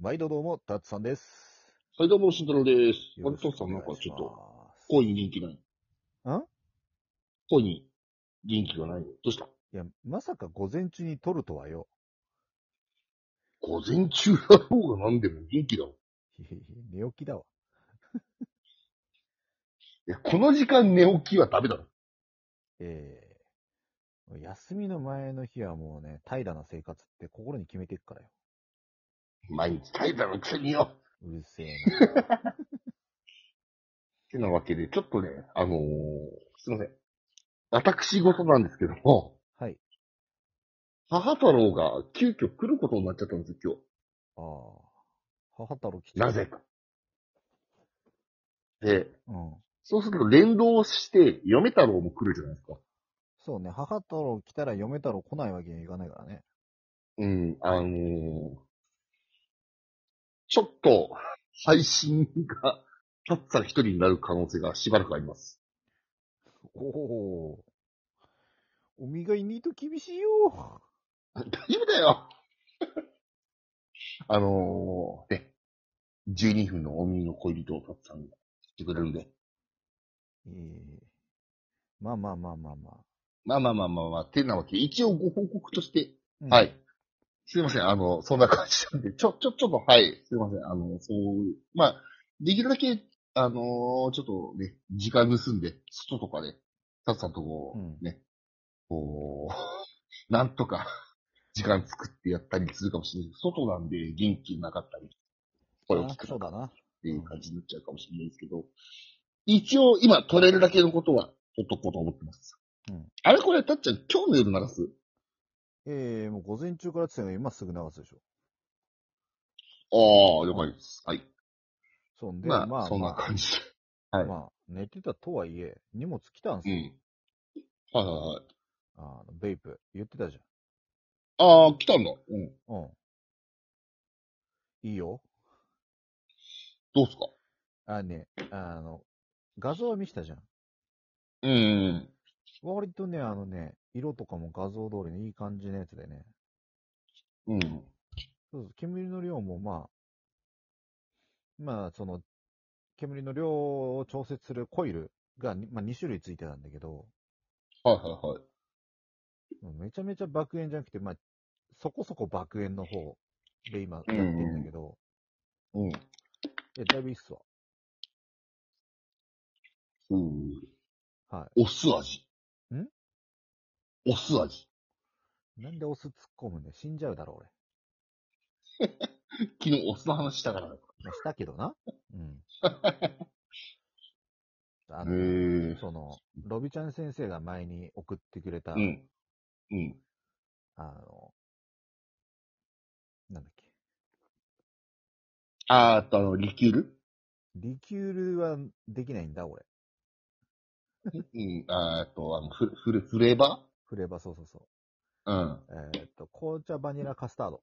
毎度どうも、たつさんです。はい、どうも、慎太郎です。あよれ、ろしくトさんなんかちょっと、お願いします恋に人気ない。ん恋に人気がないよ。どうしたいや、まさか午前中に撮るとはよ。午前中やろうが何でも元気だろ。へへへ寝起きだわ。いや、この時間寝起きはダメだろ。ええ休みの前の日はもうね、怠惰な生活って心に決めていくからよ。毎日怠惰のくせによ。うるせえ てなわけで、ちょっとね、あのー、すいません。私事なんですけども、な。はい。母太郎が急遽来ることになっちゃったんですよ、ああ。母太郎来今日。なぜか。で、うん。そうすると連動して、嫁太郎も来るじゃないですか。そうね、母太郎来たら嫁太郎来ないわけにはいかないからね。うん、あのーちょっと、配信が、 たったら一人になる可能性がしばらくあります。おお。お見がいにと厳しいよ。大丈夫だよ あのー、ね、12分のお耳の恋人をたったんがしてくれるんで。ええまあまあまあまあまあ。まあまあまあまあまあ、てなわけ。一応ご報告として、うんは。い。すいません、あの、そんな感じなんで、ちょ、ちょ、ちょっと、はい、すいません、あの、そう、まあ、できるだけ、あのーちょっとね、時間盗んで、外とかで、さっさとこうんう、ね、こう、 なんとか、時間作ってやったりするかもしれない。外なんで元気なかったり、声を聞あくそうとだかっな。ていう感じになっちゃうかもしれないですけど、一応、今、取れるだけのことは、取っとこうと思ってます。うんあれこれ、たっちゃん、今日の夜流すええもう午前中からって言ったのが今すぐ流すでしょ。ああ、了解です。はい。そんで、ままあ、あ、まあ、そんな感じ。はいまあ、寝てたとはいえ、荷物来たんすうよ。ん。はいはいはい。あの、ベイプ。言ってたじああ、来たんだ。うん。ゃん。うん。いいよ。どうっすかあ、ね、あの、画像は見せたじゃん。うん。割とね、あのね、色とかも画像通りのいい感じのやつでね。うん。そうそう、煙の量もまあ、まあ、その、煙の量を調節するコイルが、まあ、2種類ついてたんだけど、はいはいはい。めちゃめちゃ爆炎じゃなくて、まあ、そこそこ爆炎の方で今やってんだけど、うん。え、だいぶいいっすわ。うん。はお酢味。んお酢味。い。なんでオス突っ込むね死んじゃうだろ、俺。昨日お酢の話したから。へまあ、したけどな。 うん。あの、え。その、ロビちゃん先生が前に送ってくれた、うん。うん。あの、なんだっけ。あーあとあの、リキュールリキュールはできないんだ、俺。うん。あーあと、あの、フル、フル、フレーバフレーバー、そうそうそーう。えーっと、紅茶バニラカスタード。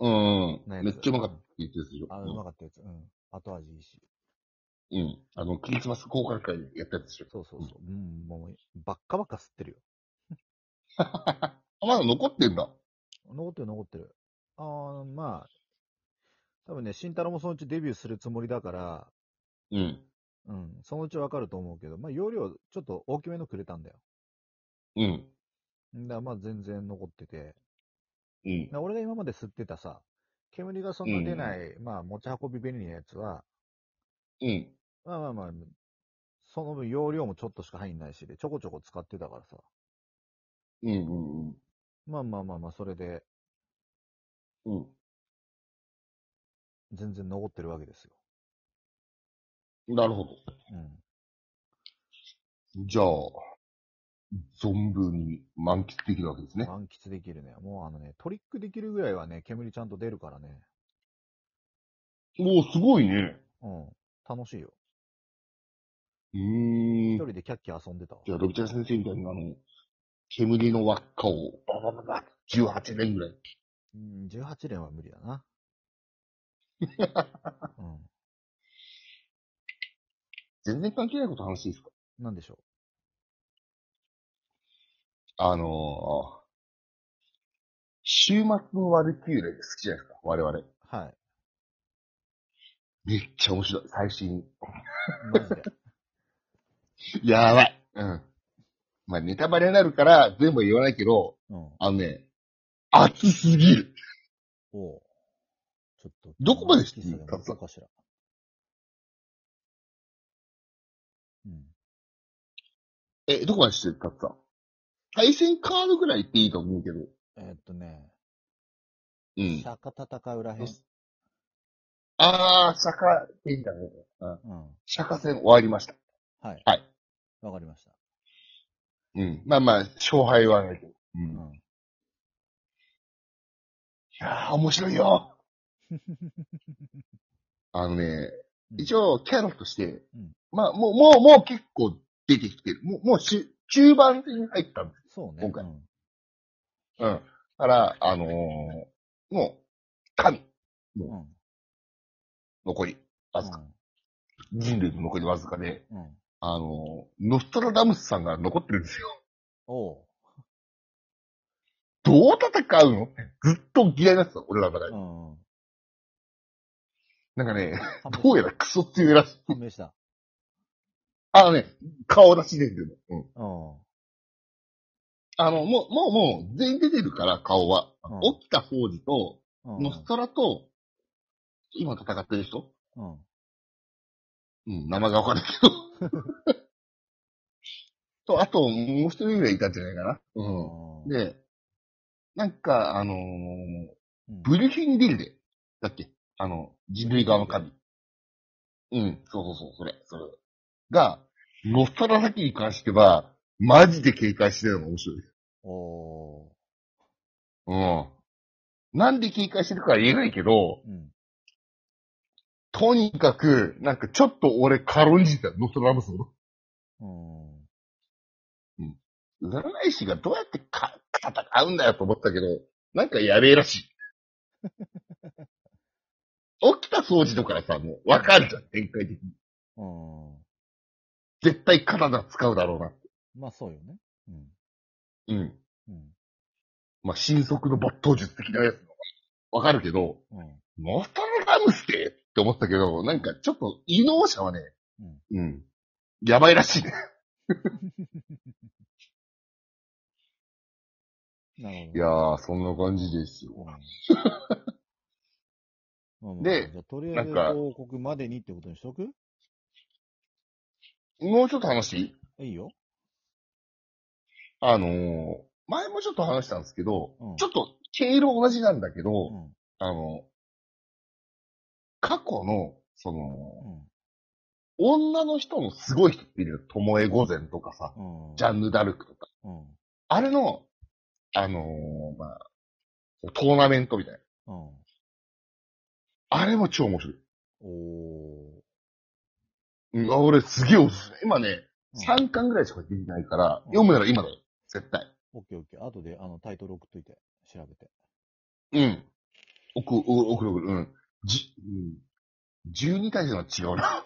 うん。なうん。やつめっちゃうまかったって言ってるよ。あ、うまかったやつ。うん。後味いいし。うん。うんあの、クリスマス公開会やったやつでしょ。 そうそうそう。うん、もう、ばっかばっか吸ってるよ。あまだ残ってんだ。残ってる残ってる。あー、まあ、多分ね、慎太郎もそのうちデビューするつもりだから、うん。うん、そのうちわかると思うけど、まあ、容量ちょっと大きめのくれたんだよ。うん。んだからまあ、全然残ってて。うん。な俺が今まで吸ってたさ、煙がそんな出ない、まあ、持ち運び便利なやつは、うん。まあまあまあ、その分容量もちょっとしか入んないしで、ちょこちょこ使ってたからさ。うんうんまあまあまあまあ、それで、うん。うん。全然残ってるわけですよ。なるほど。うん。じゃあ、存分に満喫できるわけですね。満喫できるね。もうあのね、トリックできるぐらいはね、煙ちゃんと出るからね。おお、すごいね。うん。楽しいよ。う一ーん。人でキャッキャ遊んでたわ。じゃあ、ロビチャン先生みたいに、あの、煙の輪っかを、ババババ、18年ぐらい。うん、18連は無理だ な。う全然関係ないこと話していいですかん。なんでしょあのー、週末のワルキューレ好きじゃないですか、我々。う。はい。めっちゃ面白い。最新。マジで。やばい。うん。まあ、ネタバレになるから、全部は言わないけど、うん。あのね、熱すぎる。おうちょっと。どこまで知ってるるかそうかしら。うん。え、どこまでしてるかってさ。対戦カードぐらいっていいと思うけど。えーっとね、うん。釈迦戦うらへん。あー、釈迦戦だね。うん。うん。釈迦戦終わりました。はい。はい。わかりました。うん。まあまあ、勝敗はないけど。う。うんいん。やー、面白いよ。 あのね、一応、応、キャラとして、うんまあ、もう、もう、もう結構出てきてる。もう、もうし、中盤に入ったんだそうね。今回うんうん。から、あのー、もう、神、うん。残り、わずか。人類の残りわずかで、うん。うん。あのー、ノストラダムスさんが残ってるんですよ。おう。どう戦うのってずっと嫌いだったの、俺らの中うで。ん。なんかね、判明どうやらクソ強いらしい。判明した。あのね、顔出し出てるの。うん。うん。あの、もう、もう、もう、全員出てるから、顔は。うん起きた方時と、うん。ノストラと、今戦ってる人うん。うん、名前がわかんないけど。 と、あと、もう一人ぐらいいたんじゃないかな。う。うんん。で、なんか、あのーうんブルヒンディルデ。だっけあの、人類側の神。うん、そうそうそう、それ、それ。が、ノストラ先に関しては、マジで警戒してるのが面白い。おう。うん。なんで警戒してるかは言えないけど、うん。とにかく、なんかちょっと俺軽んじてた、ノストラダムスの。うん。占い師がどうやってか戦うんだよと思ったけど、なんかやべえらしい。起きた掃除とかさ、もうわかるじゃん、展開的に。うん。絶対体使うだろうな。まあそうよね。うん。うん。うん。まあ、新速の抜刀術的なやつのわかるけど、うん。ノストラダムスってって思ったけど、なんかちょっと異能者はね、うん。やばいらしいね。なるほど。いやー、そんな感じです よ。うんでじゃあとりあえずなんか報告までにってことにしとくもうちょっと話していいいいよ。あのー、前もちょっと話したんですけど、うんちょっと経路同じなんだけど、うん。あの、過去の、その、うん女の人のすごい人っているよ。ともえ御前とかさ、うん。ジャンヌ・ダルクとか。うん。あれの、あのーまあ、トーナメントみたいな。うん。あれも超面白い。おー。うん、あ俺すげえおすすめ。今ね、うん3巻ぐらいしか出てないから、うん読むなら今だよ。絶対。オッケーオッケー。後で、あの、タイトル送っといて、調べて。うん。送、お送る送る。うん。じ、うん。12回戦は違 うな。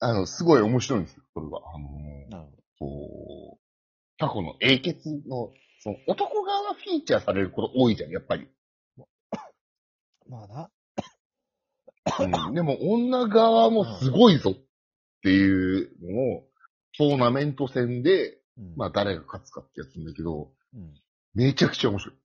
あの、すごい面白いんですよ、これは。あのーなるほこう、過去の英傑の、その男側がフィーチャーされること多いじゃん、やっぱり。ど。まあな。うん、でも女側もすごいぞっていうのを、トーナメント戦で、うん。まあ誰が勝つかってやつなんだけど、うん。めちゃくちゃ面白い。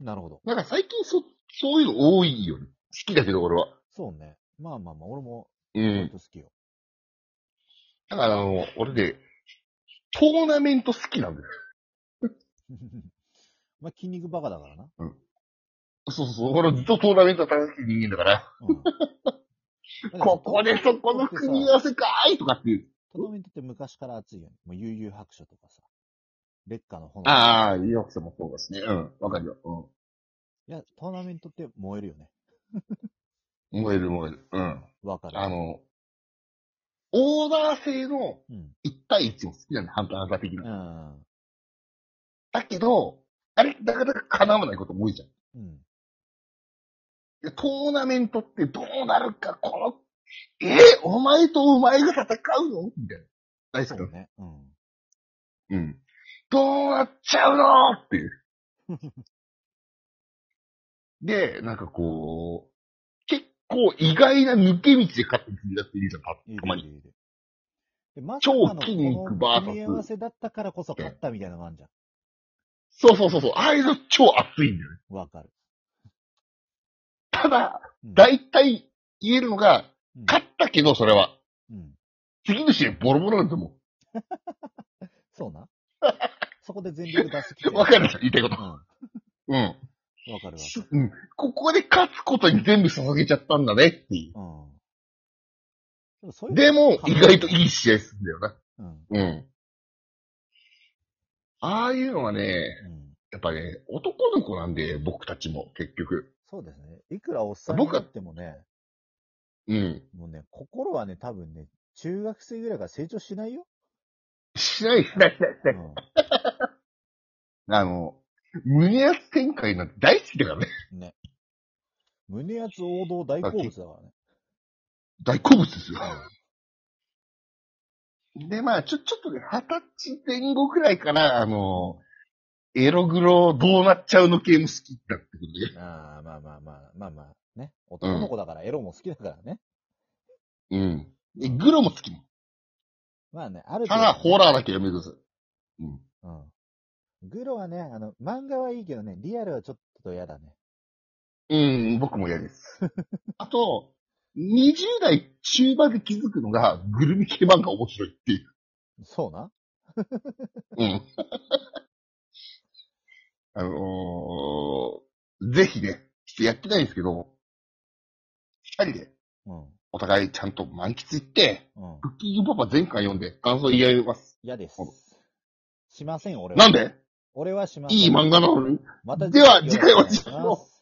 なるほど。なんか最近そ、そういうの多いよね。好きだけど俺は。そうね。まあまあまあ、俺も、う割ん。と好きよ。 だからあの、俺で、トーナメント好きなんだよ。まあ、筋肉バカだからな。そうそう、俺ずっとトーナメント戦う人間だから、うん。だ ここでそこの組み合わせかーいとかっていう。トーナメントって昔から熱いよね。もう悠々白書とかさ。烈火の炎。ああ、岩城さんもそうだしね。うん、わかるよ。いや、トーナメントって燃えるよね。うん。燃える燃える。うん。わかる。あの、オーダー制のうん。 1対1も好きなんだ、ハンターハンター的うな。ん。だけど、あれ、なかなか叶わないことも多いじゃん。うん。でトーナメントってどうなるか、この、えーお前とお前が戦うのみたいな。大好そきだう。ね。うん。うん。どうなっちゃうのっていう。 で、なんかこう、結構意外な抜け道で勝ってくるやついるじゃん、たいいたまでに。いいで。で、まさ超かのこ筋肉の VS 組み合わせだったからこそ勝ったみたいなのがあるじゃそうそうそうそう、ああいうの超熱いんだよね。ん。わかる。ただ、うん大体言えるのが、うん勝ったけど、それは。うん。次の試合ボロボロなんだもそうな。そこで全力出す気ん。 わかるでしょ、言いたいこうん。と。わうん。かるわ。すうん。ここで勝つことに全部捧げちゃったんだねっていうん。でもそうう。いうでも、意外とい。いい試合するんだよな。うん。うん。ああいうのはね、うん。やっぱね、男の子なんで、僕たちも、結局。そうですね。いくらおっさんになってもね、うん。もうね、心はね、多分ね、中学生ぐらいから成長しないよ。しない、しない、しない、しうない。ん。あの、胸圧展開なんて大好きだからね。胸圧王道大好物だからね。大好物ですよ。で、まあ、ちょ、ちょっとね、二十歳前後くらいから、あの、エログロどうなっちゃうの系も好きだってことで。ああ、まあまあまあ、まあまあ、ね。男の子だから、エロも好きだからね。うん。え、グロも好きも。まあね、あるただ、ホら。ラーだけやめてください。うん。うん。グロはね、あの、漫画はいいけどね、リアルはちょっと嫌だね。うん、僕も嫌です。あと、20代中盤で気づくのが、グルミ系漫画面白いっていう。そうな。うん。あのー、ぜひね、ちょっとやってないんですけど、二人で、うん。お互いちゃんと満喫行って、うん。クッキングパパ前回読んで感想言い合います。嫌ですほら。しません、俺は。なんで俺はしません。いい漫画なのにまたでは次回お待ちしましょうお願いします